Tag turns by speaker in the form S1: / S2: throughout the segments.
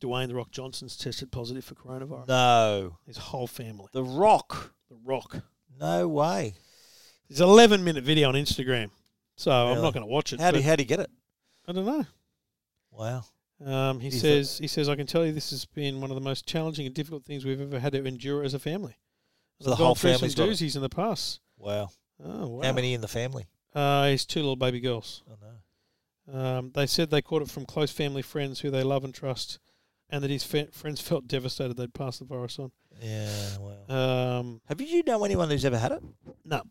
S1: Dwayne the Rock Johnson's tested positive for coronavirus.
S2: No.
S1: His whole family.
S2: The Rock.
S1: The Rock.
S2: No way.
S1: It's an 11 minute video on Instagram, so I'm
S2: Really?
S1: not going to watch it.
S2: How do
S1: but
S2: how do you get it?
S1: I don't know.
S2: Wow.
S1: Um, he
S2: He's the-
S1: says he says I can tell you this has been one of the most challenging and difficult things we've ever had to endure as a family.
S2: So the
S1: We've
S2: whole
S1: gone through
S2: family's
S1: some
S2: got it.
S1: doozies in the past.
S2: Wow.
S1: Oh wow!
S2: How many in the family?
S1: Uh, he's two little baby girls.
S2: Oh no.
S1: Um, they said they caught it from close family friends who they love and trust, and that his fa- friends felt devastated they'd passed the virus on.
S2: Yeah. Wow.
S1: Um,
S2: Have you know anyone who's ever had it?
S1: no,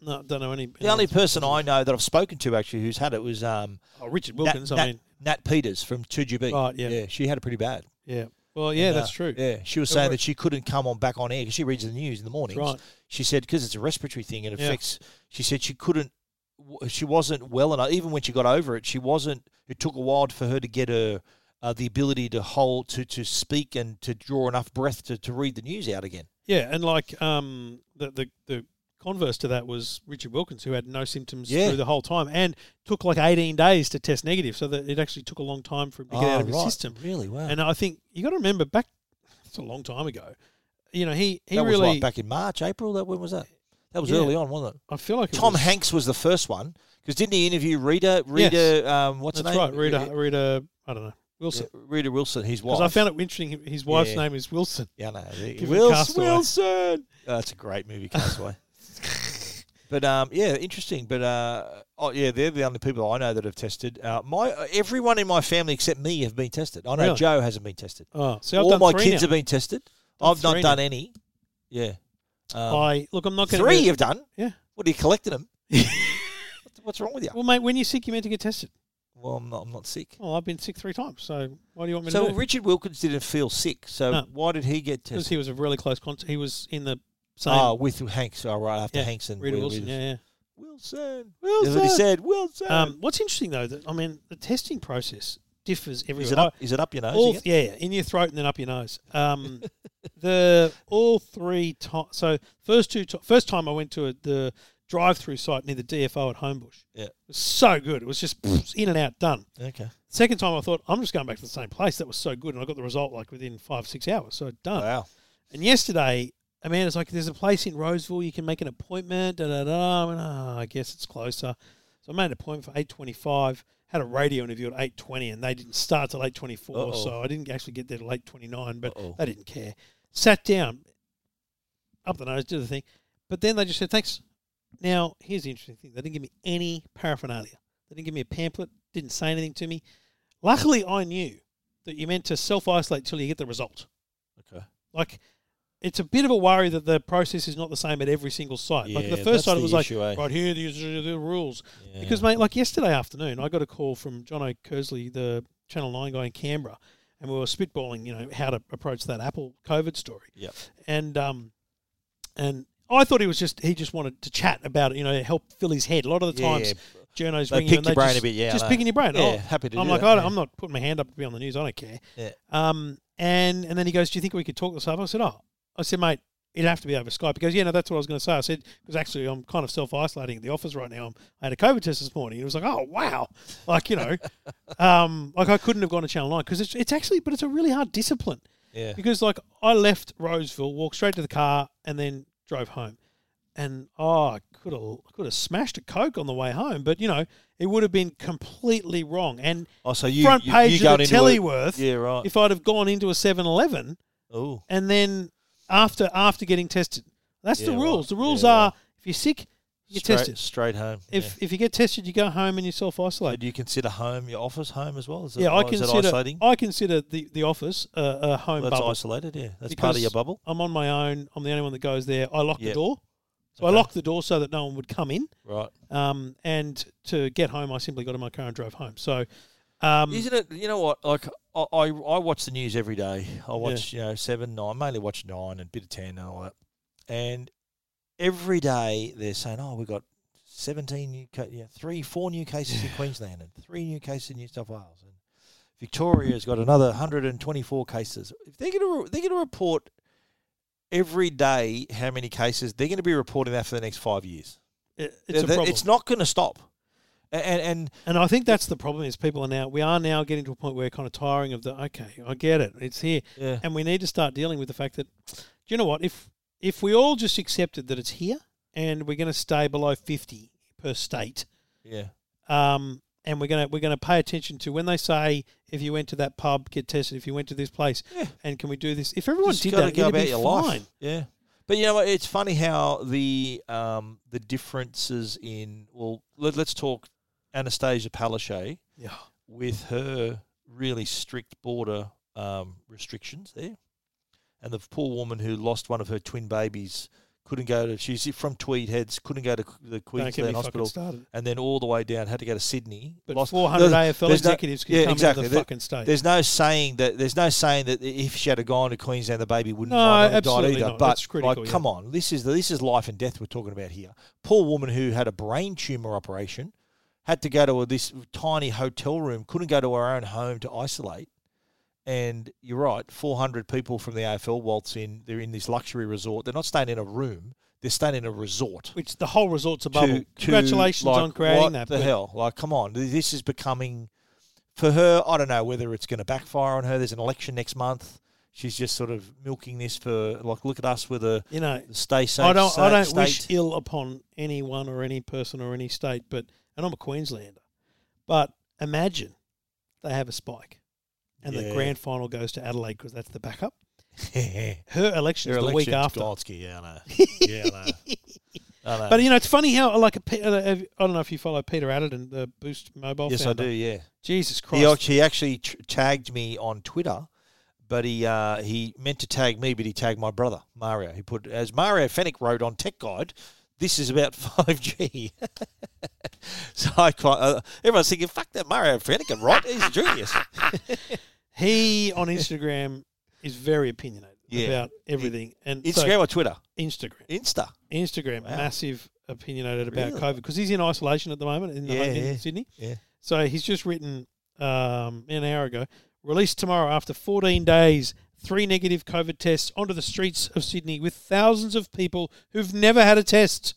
S1: no, don't know any.
S2: The only person I know that I've spoken to actually who's had it was um,
S1: oh, Richard Wilkins.
S2: Nat,
S1: I mean,
S2: Nat Peters from
S1: Right,
S2: 2GB.
S1: Oh, yeah.
S2: yeah, she had it pretty bad.
S1: yeah. Well, yeah,
S2: And, uh,
S1: that's true.
S2: Yeah, she was
S1: Don't
S2: saying
S1: worry.
S2: that she couldn't come on back on air because she reads the news in the mornings.
S1: right.
S2: She said because it's a respiratory thing, it
S1: Yeah.
S2: affects. She said she couldn't. w- She wasn't well enough. Even when she got over it, she wasn't. It took a while for her to get her uh, the ability to hold to to speak and to draw enough breath to, to read the news out again.
S1: Yeah, and like um, the, the the converse to that was Richard Wilkins, who had no symptoms
S2: Yeah.
S1: through the whole time, and took like eighteen days to test negative, so that it actually took a long time for him
S2: Oh,
S1: to get out of his Oh, system.
S2: Really? Wow.
S1: And I think you got to remember back, it's a long time ago. You know, he he
S2: that was
S1: really.
S2: like back in March, April. That when was that? That was
S1: Yeah.
S2: early on, wasn't it?
S1: I feel like it
S2: Tom
S1: was-
S2: Hanks was the first one because didn't he interview Rita? Rita, um, what's
S1: That's
S2: her
S1: right,
S2: name?
S1: Rita. Rita. I don't know Wilson.
S2: Yeah, Rita Wilson, his wife.
S1: Because I found it interesting. His wife's
S2: Yeah.
S1: name is Wilson.
S2: yeah, no,
S1: Give him
S2: Wilson.
S1: Castaway.
S2: Wilson. Oh, that's a great movie, Castaway. but um, yeah, interesting. But uh, oh yeah, they're the only people I know that have tested. Uh, my everyone in my family except me have been tested. I know
S1: Really?
S2: Joe hasn't been tested.
S1: Oh, so I've
S2: All
S1: done
S2: my
S1: three
S2: kids
S1: now.
S2: have been tested.
S1: Done
S2: I've not
S1: three
S2: done any. Yeah. Um,
S1: I look. I'm not going
S2: three you've done.
S1: Yeah.
S2: What are you collecting them? What- What's wrong with you?
S1: Well, mate, when you're sick, you're meant to get tested.
S2: Well, I'm not, I'm not sick.
S1: Well, Oh, I've been sick three times, so why do you want me to
S2: So
S1: do it?
S2: Richard Wilkins didn't feel sick. So
S1: No.
S2: why did he get tested?
S1: Because he was a really close contact. He was in the same.
S2: Ah, with Hanks. All right, after
S1: Yeah,
S2: Hanks and
S1: Rita
S2: Will-
S1: Wilson. Yeah, yeah.
S2: Wilson. Wilson. That's what he said. Wilson.
S1: Um, what's interesting though, that I mean, the testing process differs everywhere.
S2: is it up? Is it up your nose?
S1: All,
S2: again?
S1: yeah, yeah, in your throat and then up your nose. Um, the all three times. So first two, ti- first time I went to a, the drive-through site near the DFO at Homebush.
S2: Yeah.
S1: it was so good. It was just in and out, done.
S2: Okay.
S1: Second time I thought I'm just going back to the same place. That was so good, and I got the result like within five six hours. So done.
S2: Wow.
S1: And yesterday, Amanda's like, there's a place in Roseville you can make an appointment. Da da da. I went, oh, I guess it's closer. So I made an appointment for eight twenty-five. Had a radio interview at eight twenty, and they didn't start till eight twenty-four.
S2: Uh-oh.
S1: So I didn't actually get there till eight twenty-nine, but
S2: Uh-oh.
S1: they didn't care. Sat down, up the nose, did the thing, but then they just said thanks. Now here's the interesting thing: they didn't give me any paraphernalia. They didn't give me a pamphlet. Didn't say anything to me. Luckily, I knew that you're meant to self-isolate till you get the result.
S2: Okay.
S1: Like, it's a bit of a worry that the process is not the same at every single site. like the
S2: Yeah,
S1: first
S2: that's
S1: site, it was
S2: the issue, eh?
S1: like right here, these are the rules.
S2: Yeah.
S1: Because mate, like yesterday afternoon, I got a call from John O'Kersley, the Channel Nine guy in Canberra, and we were spitballing, you know, how to approach that Apple COVID story.
S2: Yep.
S1: And um, and I thought he was just he just wanted to chat about it, you know, help fill his head. A lot of the
S2: Yeah,
S1: times, journos
S2: They
S1: ring
S2: pick
S1: you and
S2: your
S1: they
S2: brain
S1: just,
S2: a bit, yeah, I
S1: just
S2: know.
S1: picking your brain.
S2: Yeah,
S1: Oh,
S2: happy to
S1: I'm
S2: do
S1: like,
S2: that,
S1: I don't-
S2: yeah.
S1: I'm not putting my hand up to be on the news. I don't care.
S2: Yeah.
S1: Um, and and then he goes, "Do you think we could talk this over?" I said, "Oh, I said, mate, it'd have to be over Skype." He goes, "Yeah, no, that's what I was going to say." I said, "Because actually, I'm kind of self isolating at the office right now. I'm, I had a COVID test this morning." He was like, "Oh, wow!" Like you know, um, like I couldn't have gone to Channel Nine because it's it's actually, but it's a really hard discipline
S2: Yeah.
S1: because like I left Roseville, walked straight to the car, and then drove home. And oh, I could have could have smashed a coke on the way home, but you know it would have been completely wrong. And
S2: Oh, so you
S1: front
S2: you,
S1: page
S2: you
S1: of
S2: going
S1: the
S2: into it-
S1: Teleworth,
S2: Yeah. Right.
S1: if I'd have gone into a 7-Eleven
S2: Oh.
S1: and then after after getting tested, that's the
S2: Yeah, right.
S1: rules. The rules
S2: Yeah,
S1: are if you're sick, you get
S2: Straight,
S1: tested.
S2: straight home.
S1: If
S2: yeah.
S1: if you get tested, you go home and you self
S2: So
S1: isolate.
S2: do you consider home your office home as well? Is
S1: Yeah,
S2: it,
S1: I
S2: is it
S1: consider
S2: isolating?
S1: I consider the the office a, a home
S2: That's
S1: bubble.
S2: isolated. Yeah. That's part of
S1: because
S2: your bubble.
S1: I'm on my own. I'm the only one that goes there. I lock the
S2: Yep.
S1: door. So I
S2: Okay.
S1: locked the door so that no one would come in.
S2: Right.
S1: Um, and to get home, I simply got in my car and drove home. So, um,
S2: Isn't it? You know what? Like I, I, I watch the news every day. I watch you know seven, nine. Mainly watch nine and a bit of ten and all that. And every day they're saying, "Oh, we've got seventeen new, ca- yeah, three, four new cases in Queensland, and three new cases in New South Wales, and Victoria's got another hundred and twenty-four cases." If they're going to, re- they're going to report every day how many cases they're going to be reporting that for the next five years.
S1: it- it's
S2: Th-
S1: a
S2: th-
S1: problem.
S2: it's not going to stop. And and
S1: And I think that's the problem is people are now we are now getting to a point where kind of tiring of the okay, I get it. It's here.
S2: yeah,
S1: And we need to start dealing with the fact that do you know what, if if we all just accepted that it's here and we're gonna stay below fifty per state,
S2: yeah,
S1: um, and we're gonna we're gonna pay attention to when they say if you went to that pub, get tested, if you went to this place
S2: yeah.
S1: and can we do this? If everyone
S2: Just
S1: did
S2: gotta
S1: that,
S2: go
S1: it'd
S2: about
S1: be
S2: your
S1: fine.
S2: life. Yeah. But you know what? It's funny how the um, the differences in well, let, us talk Anastasia Palaszczuk
S1: Yeah.
S2: with her really strict border um, restrictions there, and the poor woman who lost one of her twin babies couldn't go to. She's from Tweed Heads, couldn't go to the
S1: Don't get me
S2: Queensland
S1: fucking
S2: Hospital,
S1: started.
S2: and then all the way down had to go to Sydney.
S1: But
S2: lost-
S1: 400 AFL
S2: there's no-
S1: executives can
S2: yeah,
S1: come
S2: exactly.
S1: into the
S2: There-
S1: fucking state.
S2: There's no saying that. There's no saying that if she had have gone to Queensland, the baby wouldn't
S1: No,
S2: have died
S1: absolutely
S2: either.
S1: not.
S2: But
S1: That's critical,
S2: like, come on, this is this is life and death we're talking about here. Poor woman who had a brain tumor operation had to go to a, this tiny hotel room, couldn't go to her own home to isolate. And you're right, 400 people from the AFL waltz in. They're in this luxury resort. They're not staying in a room. They're staying in a resort
S1: Which the whole resort's a
S2: to-
S1: bubble.
S2: to,
S1: Congratulations
S2: like,
S1: on creating
S2: what
S1: that.
S2: The
S1: but
S2: hell, like, come on, Th- this is becoming for her. I don't know whether it's going to backfire on her. There's an election next month. She's just sort of milking this for like, look at us with a
S1: You know,
S2: stay safe.
S1: I don't, I
S2: sa-
S1: don't
S2: state.
S1: wish ill upon anyone or any person or any state, but, and I'm a Queenslander, but imagine they have a spike and the
S2: Yeah.
S1: grand final goes to Adelaide because that's the backup. Her election
S2: Your
S1: is the week
S2: election to
S1: after.
S2: Godsky, yeah, I know. Yeah, I know. I know.
S1: But you know, it's funny how like a Pe- uh, uh, I don't know if you follow Peter Adderton, the Boost Mobile.
S2: yes, I
S1: founder.
S2: do. Yeah,
S1: Jesus Christ!
S2: he actually, he actually t- tagged me on Twitter. But he uh, he meant to tag me, but he tagged my brother Mario. He put as Mario Fennick wrote on Tech Guide, "This is about five G." so I quite, uh, everyone's thinking, "Fuck that Mario Fennick, right? He's a genius."
S1: he on Instagram is very opinionated
S2: Yeah.
S1: about everything, and
S2: Instagram or Twitter?
S1: so Instagram,
S2: Insta.
S1: Instagram,
S2: Wow.
S1: massive opinionated about
S2: Really?
S1: COVID because he's in isolation at the moment in, the
S2: Yeah,
S1: home in
S2: yeah.
S1: Sydney.
S2: Yeah.
S1: So he's just written um, an hour ago, released tomorrow after 14 days, three negative COVID tests onto the streets of Sydney with thousands of people who've never had a test.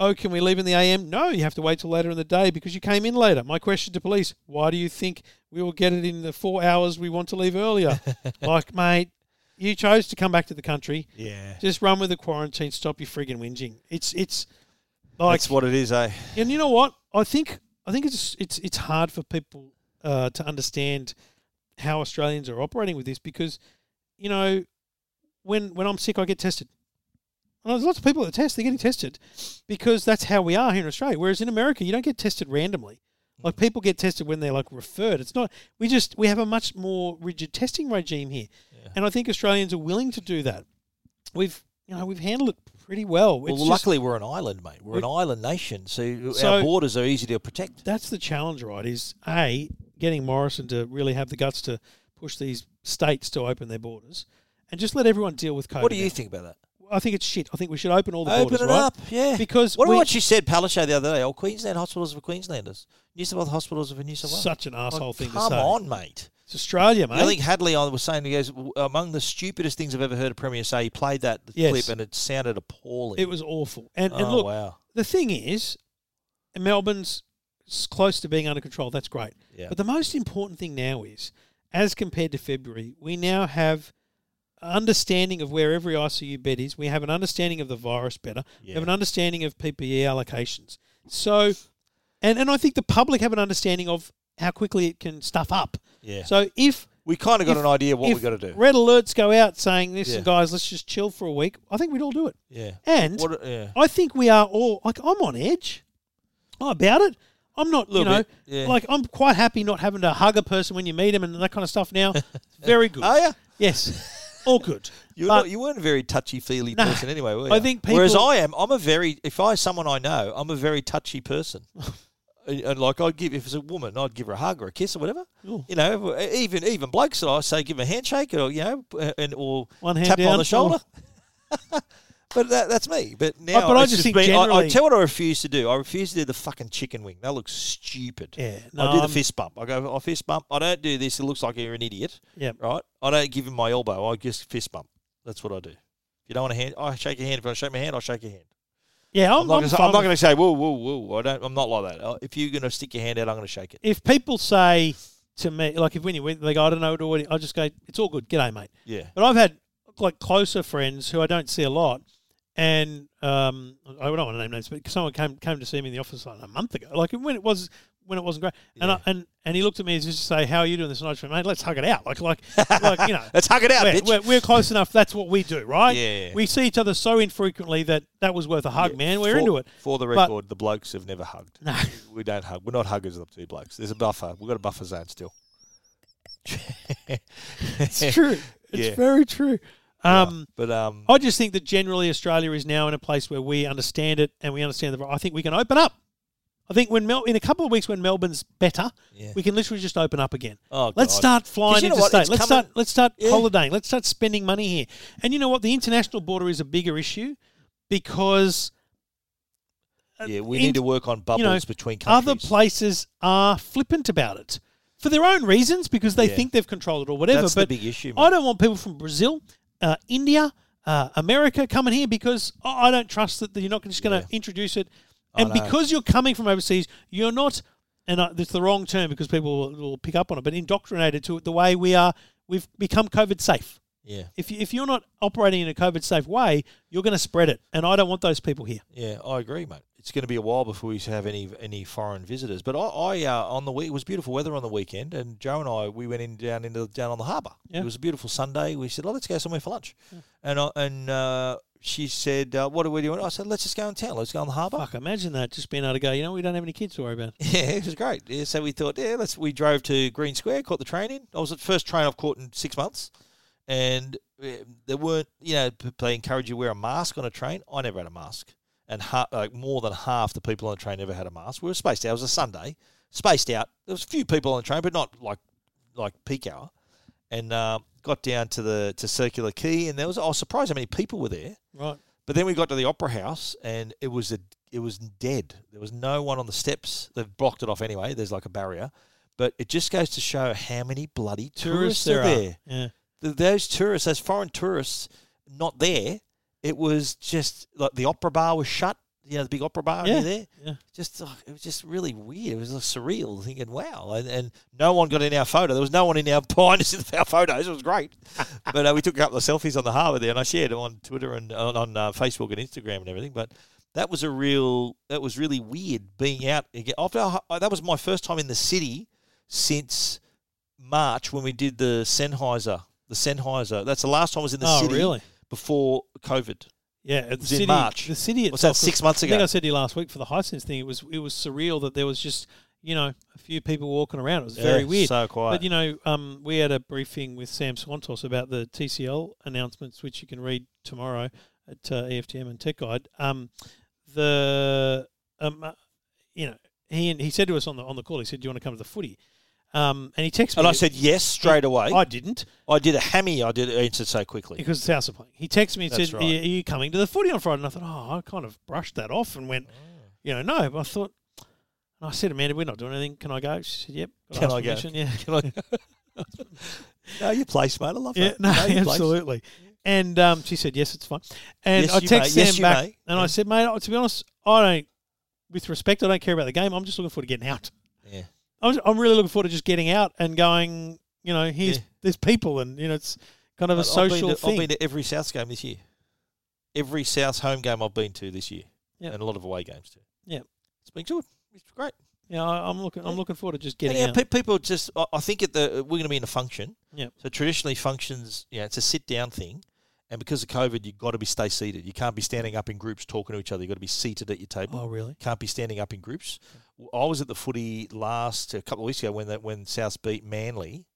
S1: Oh, can we leave in the AM? No, you have to wait till later in the day because you came in later. My question to police: Why do you think we will get it in the four hours we want to leave earlier? like, mate, you chose to come back to the country.
S2: Yeah,
S1: Just run with the quarantine. Stop your friggin' whinging. It's it's like
S2: that's what it is, eh?
S1: and you know what? I think I think it's it's it's hard for people uh, to understand how Australians are operating with this because you know when when I'm sick, I get tested. And there's lots of people that test; they're getting tested because that's how we are here in Australia. Whereas in America, you don't get tested randomly.
S2: Mm.
S1: Like people get tested when they're like referred. It's not we just we have a much more rigid testing regime here,
S2: Yeah.
S1: and I think Australians are willing to do that. We've you know we've handled it pretty well.
S2: Well,
S1: It's just-
S2: luckily we're an island, mate. We're an island nation, so,
S1: So-
S2: our borders are easy to protect.
S1: that's the challenge, right? Is a getting Morrison to really have the guts to push these states to open their borders and just let everyone deal with COVID.
S2: What do you
S1: now.
S2: think about that?
S1: I think it's shit. I think we should open all the
S2: Open
S1: borders,
S2: it
S1: right?
S2: up, yeah.
S1: Because
S2: What
S1: we-
S2: about what she said, Palaszczuk, the other day? Oh, Queensland hospitals are for Queenslanders. New South Wales hospitals are for New South Wales.
S1: such an asshole
S2: Like,
S1: thing to
S2: Oh, Come
S1: say.
S2: on, mate.
S1: It's Australia, mate.
S2: I think Hadley on was saying he goes among the stupidest things I've ever heard a premier say. He played that
S1: Yes.
S2: clip and it sounded appalling.
S1: it was awful. And,
S2: oh
S1: and look,
S2: wow,
S1: the thing is, Melbourne's s- close to being under control. That's great.
S2: yeah,
S1: But the most important thing now is, as compared to February, we now have understanding of where every ICU bed is. We have an understanding of the virus better. We have
S2: Yeah.
S1: an understanding of PPE allocations. So, and, and I think the public have an understanding of how quickly it can stuff up.
S2: yeah.
S1: So if
S2: we kind of got
S1: if-
S2: an idea what we
S1: if
S2: got to do.
S1: red alerts go out saying, "Listen,
S2: Yeah.
S1: guys, let's just chill for a week," I think we'd all do it.
S2: yeah,
S1: And
S2: what, yeah,
S1: I think we are all like I'm on edge I'm about it. I'm not, you
S2: Little
S1: know,
S2: bit, yeah.
S1: like I'm quite happy not having to hug a person when you meet them and that kind of stuff. Now, very good.
S2: oh yeah.
S1: yes, all good.
S2: You're
S1: But-
S2: not, you weren't a very touchy feely
S1: No.
S2: person anyway, were you?
S1: I think
S2: Whereas
S1: people-
S2: I am, I'm a very. If I someone I know, I'm a very touchy person. and and like I'd give if it's a woman, I'd give her a hug or a kiss or whatever.
S1: Ooh.
S2: You know, e, even even blokes that I say give 'em a handshake or you know, uh, and or
S1: One hand
S2: tap 'em
S1: down, Oh.
S2: on the shoulder. but that, that's me. But now,
S1: but I
S2: it's
S1: just think
S2: been- I, I
S1: generally-
S2: tell you what I refuse to do. I refuse to do the fucking chicken wing. That looks stupid.
S1: Yeah,
S2: I do the
S1: I'm-
S2: fist bump. I go, I fist bump. I don't do this. It looks like you're an idiot
S1: Yeah,
S2: right? I don't give him my elbow. I just fist bump. That's what I do. If you don't want to hand, I shake your hand. If you want to shake my hand, I'll shake your hand.
S1: Yeah, I'm,
S2: I'm not
S1: I'm
S2: gonna say-
S1: fine
S2: I'm not
S1: with-
S2: going to say whoa, whoa, whoa. I don't. I'm not like that. Uh, If you're going to stick your hand out, I'm going to shake it.
S1: If people say to me, like if when you went, they go, I don't know, it already, I just go, it's all good, g'day, mate.
S2: Yeah.
S1: But I've had like closer friends who I don't see a lot, and um, I don't want to name names, but someone came came to see me in the office like a month ago, like when it was when it wasn't great, and I, and and he looked at me as just to say, "How are you doing this?" And I just went, "Mate, let's hug it out, like like like you know."
S2: Let's hug it out,
S1: We're,
S2: bitch.
S1: we're, we're close enough. That's what we do, right?
S2: Yeah.
S1: We see each other so infrequently that that was worth a hug, man. We're
S2: for,
S1: into it.
S2: For the
S1: But-
S2: record, the blokes have never hugged.
S1: No.
S2: We don't hug. We're not huggers, the two blokes. There's a buffer. We've got a buffer zone still.
S1: It's true. It's
S2: Yeah.
S1: very true. Um,
S2: but um,
S1: I just think that generally Australia is now in a place where we understand it and we understand the. I think we can open up. I think when Mel in a couple of weeks when Melbourne's better,
S2: Yeah.
S1: we can literally just open up again.
S2: Oh,
S1: let's
S2: God.
S1: start
S2: 'Cause
S1: flying
S2: you know what?
S1: interstate.
S2: It's
S1: Let's
S2: coming-
S1: start. Let's start
S2: Yeah.
S1: holidaying. Let's start spending money here. And you know what? The international border is a bigger issue because uh,
S2: yeah, we
S1: in-
S2: need to work on bubbles
S1: you know,
S2: between countries.
S1: other places are flippant about it for their own reasons because they
S2: Yeah.
S1: think they've controlled it or whatever.
S2: That's the
S1: but
S2: big issue,
S1: I
S2: mate.
S1: don't want people from Brazil, uh, India, uh, America coming here because I I don't trust that you're not just going to introduce it. And
S2: know.
S1: because you're coming from overseas, you're not, and I, it's the wrong term because people will, will pick up on it, but indoctrinated to it the way we are. We've become COVID safe.
S2: yeah,
S1: If, you, if you're not operating in a COVID safe way, you're going to spread it. And I don't want those people here.
S2: yeah, I agree, mate. It's going to be a while before we have any any foreign visitors. But I, I uh, on the week it was beautiful weather on the weekend, and Joe and I we went in down into down on the harbour.
S1: Yeah.
S2: It was a beautiful Sunday. We said, "Oh, let's go somewhere for lunch," and I, and uh, she said, uh, "What are we doing?" I said, "Let's just go in town. Let's go on the harbour."
S1: Fuck, imagine that. Just being able to go, you know, we don't have any kids to worry about.
S2: Yeah, it was great. Yeah, so we thought, yeah, let's. We drove to Green Square, caught the train in. I was the first train I've caught in six months, and eh, there weren't. You know, p- they encourage you to wear a mask on a train. I never had a mask, and ha- like more than half the people on the train never had a mask. We were spaced out. It was a Sunday, spaced out. There was a few people on the train, but not like like peak hour. And uh, got down to the to Circular Quay, and there was. I was surprised how many people were there.
S1: Right.
S2: But then we got to the opera house, and it was a it was dead. There was no one on the steps. They've blocked it off anyway. There's like a barrier, but it just goes to show how many bloody tourists, are
S1: are.
S2: there.
S1: Yeah.
S2: Th Those tourists, those foreign tourists, not there. It was just like the opera bar was shut. You know, the big opera bar
S1: Yeah.
S2: near there.
S1: Yeah.
S2: Just oh, it was just really weird. It was like surreal, thinking, wow. And, and no one got in our photo. There was no one in our behind us in our photos. It was great. but uh, we took a couple of selfies on the harbour there, and I shared them on Twitter and on, on uh, Facebook and Instagram and everything. But that was a real. That was really weird being out again. After I, that was my first time in the city since March when we did the Sennheiser. The Sennheiser. That's the last time I was in the
S1: oh,
S2: city
S1: really?
S2: before COVID.
S1: Yeah, the
S2: was in
S1: city,
S2: March.
S1: The city itself
S2: What's that, six months
S1: I
S2: ago?
S1: think I said to you last week for the Hisense thing. It was it was surreal that there was just you know a few people walking around. It was very
S2: Yeah,
S1: weird.
S2: So quiet.
S1: but you know, um, we had a briefing with Sam Swantos about the TCL announcements, which you can read tomorrow at uh, EFTM and Tech Guide. Um, the um, uh, you know, he he said to us on the on the call. He said, "Do you want to come to the footy?" Um, and he texted me.
S2: and I said yes straight away.
S1: "I didn't."
S2: I did a hammy. I did answer so quickly.
S1: Because the South are playing. He texted me and
S2: That's
S1: said,
S2: right.
S1: Are you coming to the footy on Friday? And I thought, Oh, I kind of brushed that off and went, You know, no. But I thought, and I said, Amanda, we're not doing anything. Can I go? She said, Yep. Got
S2: Can
S1: asked
S2: I go?
S1: permission." Yeah.
S2: no, your place, mate. I love
S1: yeah
S2: that.
S1: no,
S2: your place.
S1: absolutely. And um, she said, Yes, it's fine. And
S2: Yes,
S1: I
S2: you
S1: texted
S2: may.
S1: Sam
S2: Yes, you
S1: back
S2: may.
S1: and
S2: Yeah.
S1: I said, Mate, oh, to be honest, I don't, with respect, I don't care about the game. I'm just looking forward to getting out.
S2: Yeah.
S1: I'm, just, I'm really looking forward to just getting out and going, you know, here's
S2: Yeah.
S1: there's people and, you know, it's kind of a
S2: Mate,
S1: social
S2: I've been to,
S1: thing.
S2: I've been to every South game this year. Every South home game I've been to this year,
S1: Yeah.
S2: and a lot of away games too.
S1: Yeah.
S2: it's been good. It's great.
S1: Yeah, I, I'm looking. I'm looking forward to just getting
S2: yeah,
S1: out.
S2: pe- people just. I, I think at the we're going to be in a function.
S1: Yep.
S2: So traditionally, functions, you know, it's a sit down thing, and because of COVID, you've got to be stay seated. You can't be standing up in groups talking to each other. You've got to be seated at your table.
S1: Oh, really?
S2: can't be standing up in groups. I was at the footy last a couple of weeks ago when that when South beat Manly,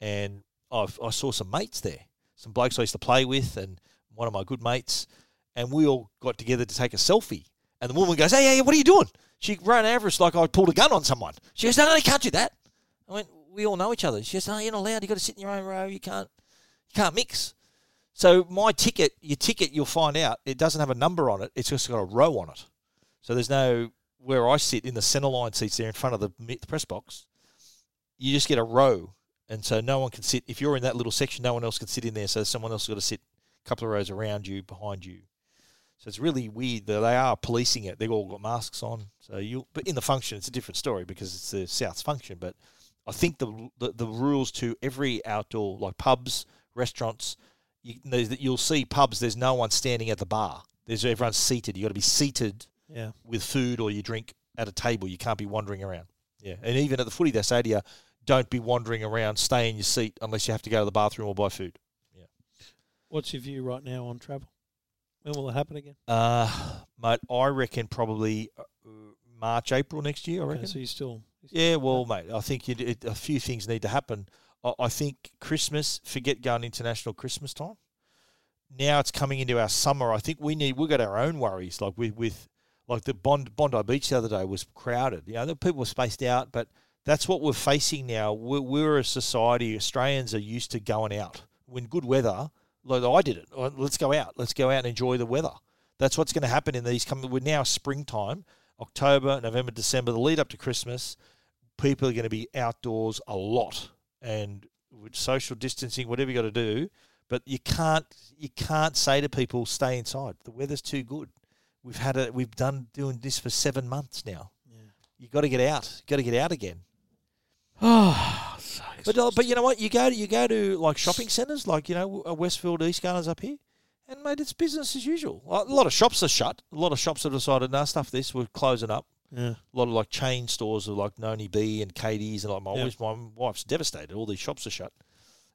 S2: and I, I saw some mates there, some blokes I used to play with, and one of my good mates, and we all got together to take a selfie. And the woman goes, "Hey, hey, hey, what are you doing?" She ran over us like I pulled a gun on someone. She goes, "No, no, you can't do that." I went, "We all know each other." She goes, "No, you're not allowed. You got to sit in your own row. You can't, you can't mix." So my ticket, your ticket, you'll find out it doesn't have a number on it. It's just got a row on it. So there's no where I sit in the centre line seats there in front of the, mi- the press box. You just get a row, and so no one can sit. If you're in that little section, no one else can sit in there. So someone else has got to sit a couple of rows around you, behind you. So it's really weird that they are policing it. They've all got masks on. So you, but in the function, it's a different story because it's the South's function. But I think the the, the rules to every outdoor like pubs, restaurants, you, there's- you'll see pubs. There's no one standing at the bar. There's everyone's seated. You got to be seated
S1: Yeah.
S2: with food or your drink at a table. You can't be wandering around. Yeah, and even at the footy, they say to you, don't be wandering around. Stay in your seat unless you have to go to the bathroom or buy food.
S1: What's your view right now on travel? When will it happen again?
S2: Uh, mate, I reckon probably uh, March, April next year. I
S1: Okay,
S2: reckon.
S1: so you still.
S2: Yeah, well, mate, I think you, it, a few things need to happen. I, I think Christmas, forget going international Christmas time. Now it's coming into our summer. I think we need we have got our own worries, like with with like the Bond Bondi Beach the other day was crowded. You know, the people were spaced out, but that's what we're facing now. We're, we're a society. Australians are used to going out when good weather. Like I did it. Like, Let's go out. Let's go out and enjoy the weather. That's what's going to happen in these coming. We're now springtime, October, November, December, the lead up to Christmas people are going to be outdoors a lot and with social distancing whatever you got to do but you can't you can't say to people stay inside the weather's too good we've had it we've done doing this for 7 months now you got to get out got to get out again
S1: Oh, so
S2: but uh, but you know what you go to, you go to like shopping centers like you know uh, Westfield East Gardens up here and mate it's business as usual a lot of shops are shut a lot of shops have decided no stuff this we're closing up
S1: yeah.
S2: a lot of like chain stores are like Noni B and Katie's and like my
S1: Yeah.
S2: wife, my wife's devastated. All these shops are shut,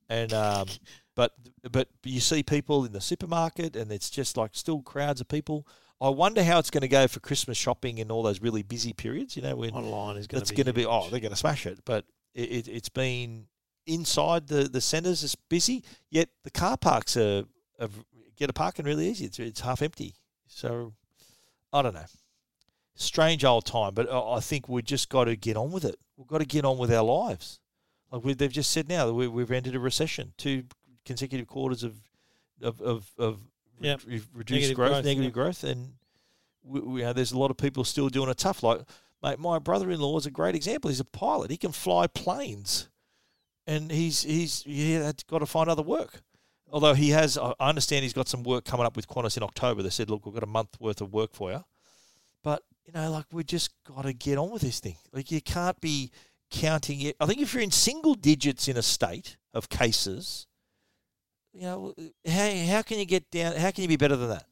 S2: and um, but but you see people in the supermarket and it's just like still crowds of people. I wonder how it's going to go for Christmas shopping and all those really busy periods. You know when
S1: Online is going to be.
S2: that's going to be
S1: huge.
S2: oh they're going to smash it, but it, it it's been inside the the centres it's busy yet the car parks are, are get a parking really easy. It's it's half empty. So I don't know. Strange old time, but I I think we've just got to get on with it. We've got to get on with our lives. Like we, they've just said now, that we, we've entered a recession. Two consecutive quarters of of of, of re-
S1: Yep.
S2: re- reduced
S1: Negative
S2: growth,
S1: growth,
S2: negative
S1: yep.
S2: growth, and we, we, you know, there's a lot of people still doing it tough. Like, mate, my brother-in-law is a great example. He's a pilot. He can fly planes, and he's he's he had got to find other work. Although he has, I I understand he's got some work coming up with Qantas in October. They said, look, we've got a month worth of work for you. But, you know, like, we just got to get on with this thing. Like, you can't be counting it. I think if you're in single digits in a state of cases, you know, how, how can you get down? How can you be better than that?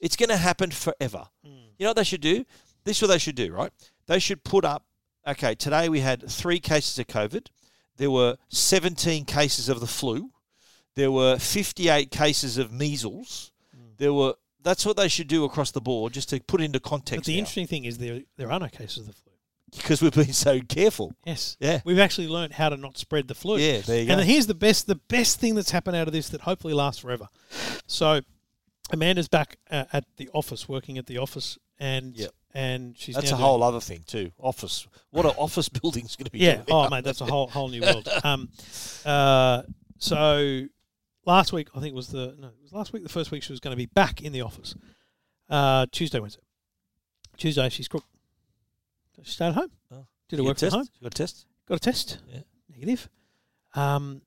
S2: It's going to happen forever. You know what they should do? This is what they should do, right? They should put up, okay, today we had three cases of COVID. There were 17 cases of the flu. There were 58 cases of measles. There were, that's what they should do across the board, just to put into
S1: But
S2: context.
S1: the interesting thing is there there are no cases of the flu.
S2: Because we've been so careful.
S1: Yes.
S2: Yeah.
S1: We've actually learned how to not spread the flu.
S2: Yeah, there you
S1: And
S2: go.
S1: here's the best the best thing that's happened out of this that hopefully lasts forever. So Amanda's back uh, at the office working at the office and
S2: Yep.
S1: and she's
S2: That's
S1: now
S2: a
S1: doing-
S2: whole other thing too. Office. What are office buildings going to be?
S1: Yeah.
S2: doing?
S1: Oh mate, that's a whole whole new world. Um uh so last week I think it was the no, it was last week the first week she was going to be back in the office. Uh Tuesday, Wednesday. Tuesday she's cooked. She stayed at home.
S2: Oh.
S1: Did her
S2: You got a
S1: work from
S2: test?
S1: home.
S2: You got a test.
S1: Got a test.
S2: Yeah.
S1: Negative. Um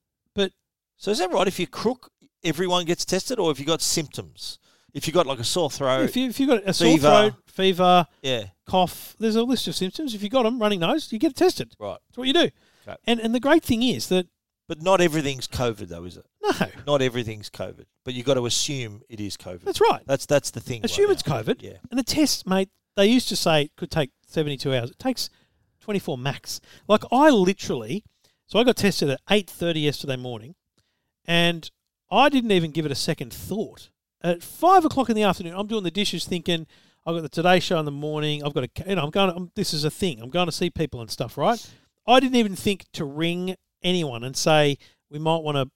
S2: So is that right? If you crook, everyone gets tested, or if you got symptoms, if you got like a sore throat,
S1: If you if you got a sore
S2: Fever.
S1: throat, fever,
S2: yeah,
S1: cough, there's a list of symptoms. If you got them, running nose, you get tested.
S2: right.
S1: That's what you do.
S2: Okay.
S1: And and the great thing is that
S2: But not everything's COVID though, is it?
S1: no,
S2: Not everything's COVID, but you got to assume it is COVID.
S1: that's right.
S2: that's that's the thing.
S1: Assume
S2: right
S1: it's
S2: now.
S1: COVID.
S2: Yeah.
S1: And the test, mate, they used to say it could take 72 hours. It takes 24 max. Like I literally, so I got tested at 8:30 yesterday morning, and I didn't even give it a second thought. At five o'clock in the afternoon, I'm doing the dishes, thinking I've got the Today Show in the morning. I've got a, you know, I'm going. To, I'm, this is a thing. I'm going to see people and stuff, right? I didn't even think to ring anyone and say we might want to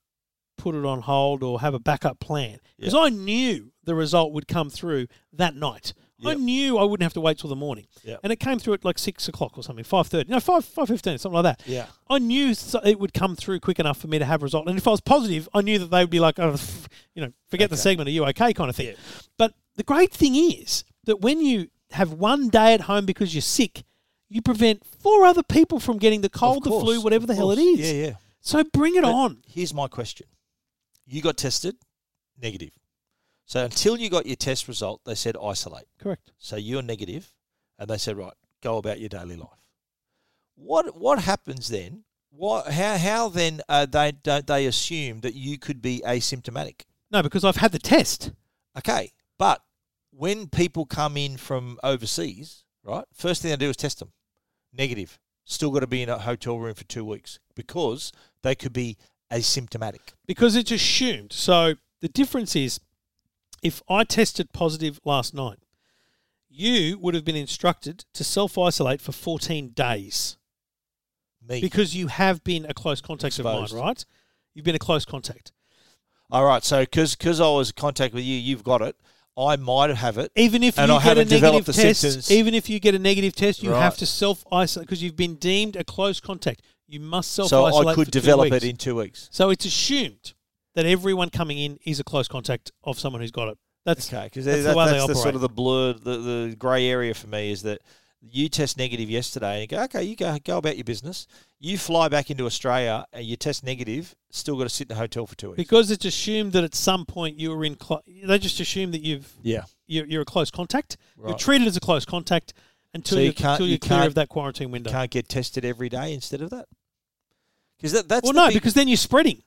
S1: put it on hold or have a backup plan because I knew the result would come through that night. I
S2: Yep.
S1: knew I wouldn't have to wait till the morning,
S2: Yep.
S1: and it came through at like six o'clock or something, five thirty, no, five five fifteen, something like that.
S2: Yeah.
S1: I knew so- it would come through quick enough for me to have a result. And if I was positive, I knew that they would be like, oh, f- you know, forget the segment, are you okay kind of thing. But the great thing is that when you have one day at home because you're sick, you prevent four other people from getting the cold, the flu,
S2: course,
S1: whatever
S2: of
S1: the hell it
S2: course.
S1: is.
S2: Yeah, yeah.
S1: So bring it
S2: But
S1: on.
S2: Here's my question: You got tested negative, So until you got your test result, they said isolate.
S1: Correct.
S2: So you're negative, and they said, right, go about your daily life. What what happens then? What how how then uh, they don't they assume that you could be asymptomatic?
S1: No, because I've had the test.
S2: Okay, but when people come in from overseas, right? First thing they do is test them. Negative. Still got to be in a hotel room for two weeks because they could be asymptomatic.
S1: because it's assumed. So the difference is if I tested positive last night, you would have been instructed to self isolate for 14 days
S2: Me.
S1: because you have been a close contact
S2: Exposed.
S1: of mine, right? You've been a close contact.
S2: All right. So because I was in contact with you, you've got it. I might have it.
S1: Even if
S2: And
S1: you
S2: I
S1: get a
S2: haven't
S1: negative
S2: developed the
S1: test,
S2: symptoms.
S1: even if you get a negative test, you
S2: Right.
S1: have to self isolate because you've been deemed a close contact. You must self
S2: So
S1: isolate.
S2: I could develop it in two weeks.
S1: So it's assumed that everyone coming in is a close contact of someone who's got it. That's
S2: Okay, because
S1: That's
S2: that's,
S1: the way
S2: that's,
S1: they
S2: the sort
S1: operate.
S2: of the blurred, the, the grey area for me is that you test negative yesterday and you go, okay, you go go about your business. You fly back into Australia and you test negative, still got to sit in the hotel for two weeks.
S1: Because it's assumed that at some point you were in. Clo- they just assume that you've
S2: Yeah,
S1: you're, you're a close contact. You're
S2: Right.
S1: treated as a close contact until
S2: So you
S1: you
S2: can't-
S1: until
S2: you
S1: you're clear
S2: can't-
S1: of that quarantine window.
S2: can't get tested every day instead of that. Because that, that's
S1: well,
S2: the
S1: no,
S2: big-
S1: because then you're spreading.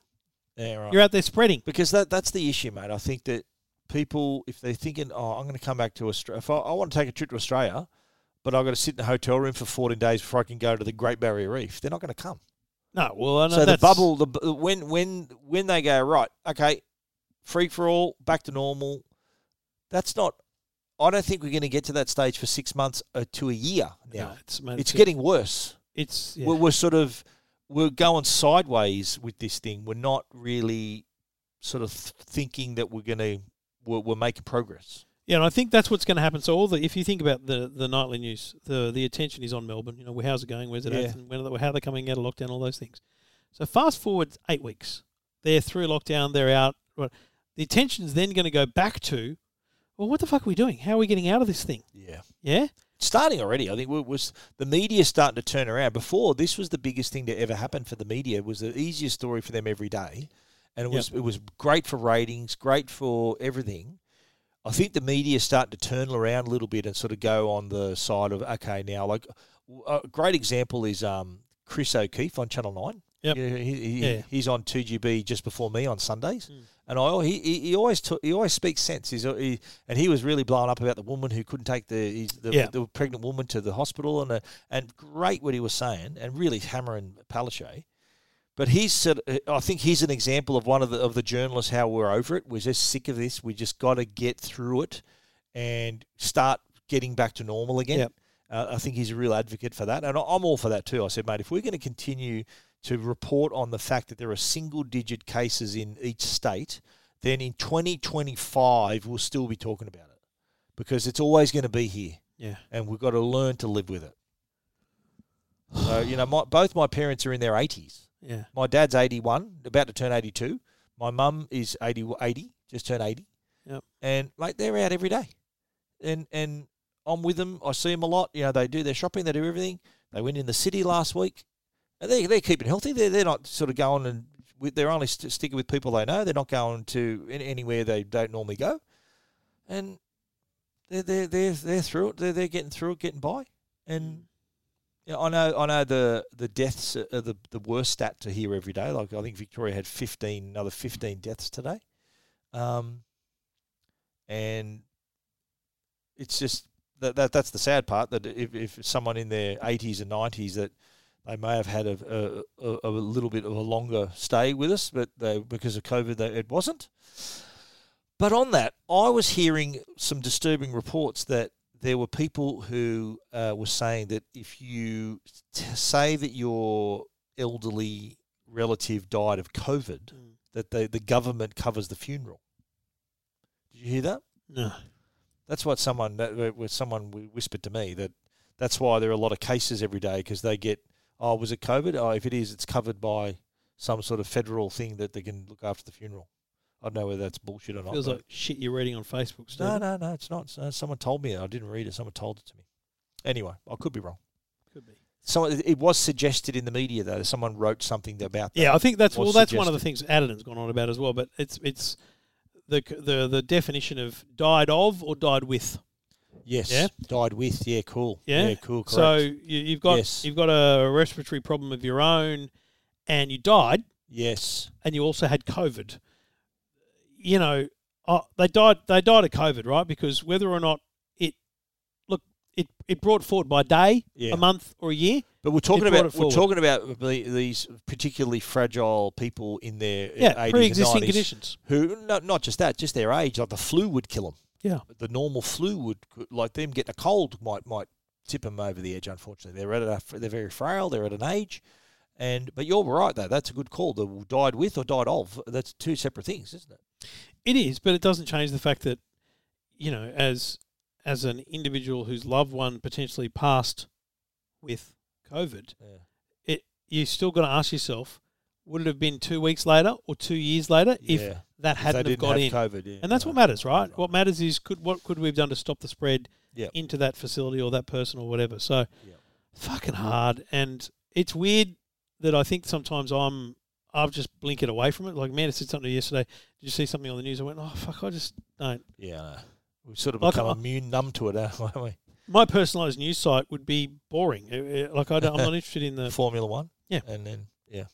S2: yeah, right.
S1: You're out there spreading.
S2: Because that that's the issue, mate. I think that people, if they're thinking, oh, I'm going to come back to Australia, if I, I want to take a trip to Australia, but I've got to sit in a hotel room for 14 days before I can go to the Great Barrier Reef, they're not going to come.
S1: Oh, No, well, I know
S2: so the
S1: that's-
S2: bubble, the bu- when when when they go right, okay, free for all, back to normal. That's not. I don't think we're going to get to that stage for six months or to a year
S1: No,
S2: now.
S1: it's, mate,
S2: It's getting worse.
S1: It's yeah.
S2: We're, we're sort of we're going sideways with this thing. We're not really sort of th- thinking that we're going to we're, we're making progress.
S1: Yeah, and I think that's what's going to happen. So all the if you think about the the nightly news, the the attention is on Melbourne. You know, how's it going? Where's it
S2: Yeah.
S1: at? And when are they, how they're coming out of lockdown? All those things. So fast forward eight weeks, they're through lockdown. They're out. Right. The attention's then going to go back to, well, what the fuck are we doing? How are we getting out of this thing?
S2: Yeah.
S1: Yeah,
S2: starting already. I think it was the media starting to turn around. Before this was the biggest thing that ever happened for the media. It was the easiest story for them every day, and it was it was great for ratings, great for everything. I think the media starting to turn around a little bit and sort of go on the side of okay now. Like a great example is um, Chris O'Keefe on Channel Nine.
S1: Yep.
S2: Yeah, he, he-
S1: Yeah.
S2: he's on two GB just before me on Sundays,
S1: Mm.
S2: and I he, he, he always t- he always speaks sense. He's a- he, and he was really blown up about the woman who couldn't take the his- the,
S1: Yeah.
S2: the pregnant woman to the hospital, and uh, and great what he was saying, and really hammering Palaszczuk. But he's sort of- I think he's an example of one of the of the journalists how we're over it. We're just sick of this. We just got to get through it and start getting back to normal again.
S1: Yep.
S2: Uh, I think he's a real advocate for that, and I- I'm all for that too. I said, mate, if we're going to continue to report on the fact that there are single digit cases in each state, then in 2025 we'll still be talking about it because it's always going to be here
S1: yeah.
S2: and we've got to learn to live with it. So, you know, my, both my parents are in their 80s.
S1: Yeah.
S2: My dad's 81, about to turn 82. My mum is 80, 80 just turned 80.
S1: Yep.
S2: And, like, they're out every day. And, and I'm with them. I see them a lot. You know, they do their shopping, they do everything. They went in the city last week. And they, they're keeping healthy. They're, they're not sort of going and with, they're only st- sticking with people they know. They're not going to an- anywhere they don't normally go. And they're, they're, they're, they're through it. They're, they're getting through it, getting by.
S1: Mm.
S2: And yeah, I know. I know the the deaths are the the worst stat to hear every day. Like I think Victoria had fifteen, another fifteen deaths today, um, and it's just that, that that's the sad part. That if, if someone in their eighties and nineties that they may have had a, a, a, a little bit of a longer stay with us, but they, because of COVID, they, it wasn't. But on that, I was hearing some disturbing reports that there were people who uh, were saying that if you t- say that your elderly relative died of COVID,
S1: Mm.
S2: that the, the government covers the funeral. Did you hear that?
S1: No.
S2: That's what someone that that was someone whi- whispered to me that that's why there are a lot of cases every day because they get oh was it COVID oh if it is it's covered by some sort of federal thing that they can look after the funeral. I don't know whether that's bullshit or not.
S1: Feels
S2: but-
S1: like shit you're reading on Facebook.
S2: no,
S1: Stephen.
S2: no, no, it's not. So- Someone told me it. I didn't read it. Someone told it to me. Anyway, I could be wrong.
S1: Could be.
S2: Someone, it was suggested in the media though. Someone wrote something about that.
S1: Yeah, I think that's
S2: was
S1: well. That's one of the things Adden's gone on about as well. But it's it's the the the definition of died of or died with.
S2: Yes.
S1: Yeah.
S2: Died with. Yeah. Cool.
S1: Yeah.
S2: cool. Correct.
S1: So you, you've got
S2: Yes.
S1: you've got a respiratory problem of your own, and you died,
S2: yes.
S1: and you also had COVID. You know, uh, they died they died of COVID, right? Because whether or not it look it it brought forward by a day,
S2: Yeah.
S1: a month, or a year.
S2: But we're talking
S1: It brought it
S2: about we're
S1: forward.
S2: talking about the, these particularly fragile people in their
S1: Yeah,
S2: 80s
S1: pre-existing
S2: and 90s
S1: conditions.
S2: who not not just that, just their age. Like the flu would kill them.
S1: Yeah.
S2: The normal flu would like them getting a cold might might tip them over the edge. Unfortunately, they're at a, they're very frail. They're at an age. And but you're right though. That's a good call. The died with or died of. That's two separate things, isn't it?
S1: It is, but it doesn't change the fact that, you know, as as an individual whose loved one potentially passed with COVID,
S2: Yeah.
S1: it you still got to ask yourself, would it have been two weeks later or two years later if
S2: Yeah.
S1: that
S2: If they
S1: hadn't have
S2: didn't
S1: got in?
S2: have COVID, yeah,
S1: And that's
S2: no.
S1: what matters, right?
S2: Right.
S1: What matters is could what could we have done to stop the spread
S2: Yeah.
S1: into that facility or that person or whatever. So
S2: Yeah.
S1: fucking hard. And it's weird that I think sometimes I'm I've just blinkered away from it. Like Amanda said something to you yesterday. Did you see something on the news? I went, Oh fuck, I just don't
S2: Yeah, I know. we've sort of
S1: Like,
S2: become
S1: uh,
S2: immune numb to it, haven't we?
S1: my personalized news site would be boring. Uh, uh, Like I don't, I'm not interested in the
S2: Formula One.
S1: Yeah.
S2: and then yeah,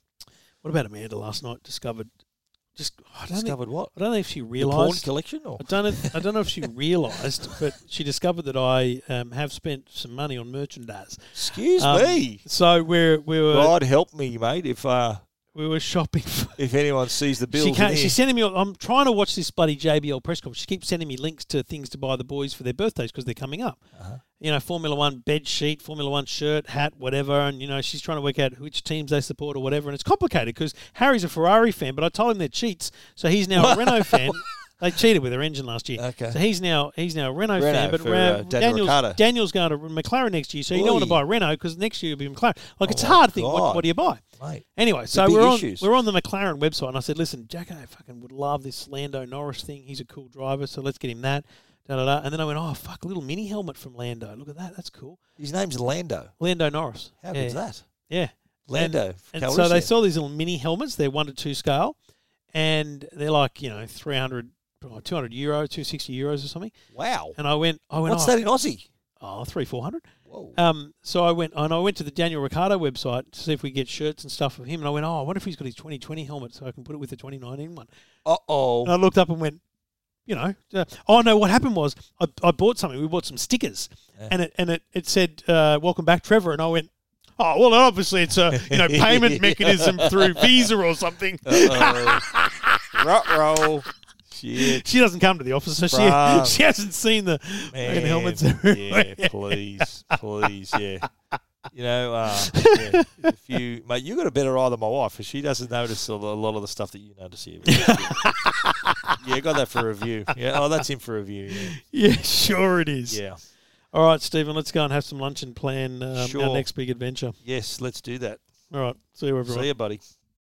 S1: What about Amanda last night discovered just I don't think,
S2: discovered what
S1: I don't know if she
S2: the porn
S1: realized
S2: collection or
S1: I don't, know, I don't know if she realised, but she discovered that I um, have spent some money on merchandise.
S2: excuse
S1: Um,
S2: me.
S1: So we're, we were
S2: God help me, mate. If uh,
S1: we were shopping. For,
S2: if anyone sees the bill,
S1: she can't, she's sending me. I'm trying to watch this bloody JBL press conference. She keeps sending me links to things to buy the boys for their birthdays because they're coming up.
S2: Uh-huh.
S1: You know, Formula One bed sheet, Formula One shirt, hat, whatever. And you know, she's trying to work out which teams they support or whatever. And it's complicated because Harry's a Ferrari fan, but I told him they're cheats, so he's now a Renault fan. They cheated with their engine last year,
S2: Okay.
S1: so he's now he's now a Renault,
S2: Renault
S1: fan. But
S2: for,
S1: Ra-
S2: uh, Daniel
S1: Daniel's,
S2: Ricciardo.
S1: Daniel's going to McLaren next year, so you don't want
S2: Oi. Oh
S1: to buy a Renault because next year you'll be McLaren. Like it's a
S2: my
S1: hard thing.
S2: God.
S1: What, what do you buy?
S2: mate.
S1: Anyway, so
S2: big
S1: we're on,
S2: issues.
S1: we're on the McLaren website, and I said, listen, Jacko fucking would love this Lando Norris thing. He's a cool driver, so let's get him that. Da, da, da. And then I went, oh, fuck, a little mini helmet from Lando. Look at that. That's cool.
S2: His name's Lando.
S1: Lando Norris.
S2: How
S1: yeah.
S2: good's that?
S1: Yeah.
S2: Lando.
S1: And so
S2: Calrissian.
S1: they saw these little mini helmets. They're one to two scale, and they're like, you know, 300, or 200 euro, 260 euros or something.
S2: wow.
S1: And I went, I went,
S2: What's
S1: oh,
S2: that in Aussie?
S1: oh, three, 400.
S2: Whoa.
S1: Um, so I went and I went to the Daniel Ricciardo website to see if we could get shirts and stuff of him. And I went, oh, I wonder if he's got his 2020 helmet so I can put it with the 2019 one.
S2: Uh
S1: And
S2: oh.
S1: I looked up and went, you know, uh, oh no, what happened was I, I bought something. We bought some stickers,
S2: Yeah.
S1: and it and it, it said, uh, "Welcome back, Trevor." And I went, oh well, obviously it's a you know payment mechanism through Visa or something.
S2: Rut roll. Shit.
S1: She doesn't come to the office, so she,
S2: Bruh.
S1: she hasn't seen the fucking
S2: Man,
S1: helmets everywhere.
S2: Yeah, please, please, yeah. You know, uh, yeah, if you mate, you got a better eye than my wife, 'cause she doesn't notice a lo- a lot of the stuff that you notice here. yeah, got that for review. Yeah, oh, that's in for review.
S1: Yeah, sure it is.
S2: Yeah,
S1: All right, Stephen, let's go and have some lunch and plan um,
S2: Sure.
S1: our next big adventure.
S2: yes, let's do that.
S1: All right, see you everyone.
S2: See you, buddy.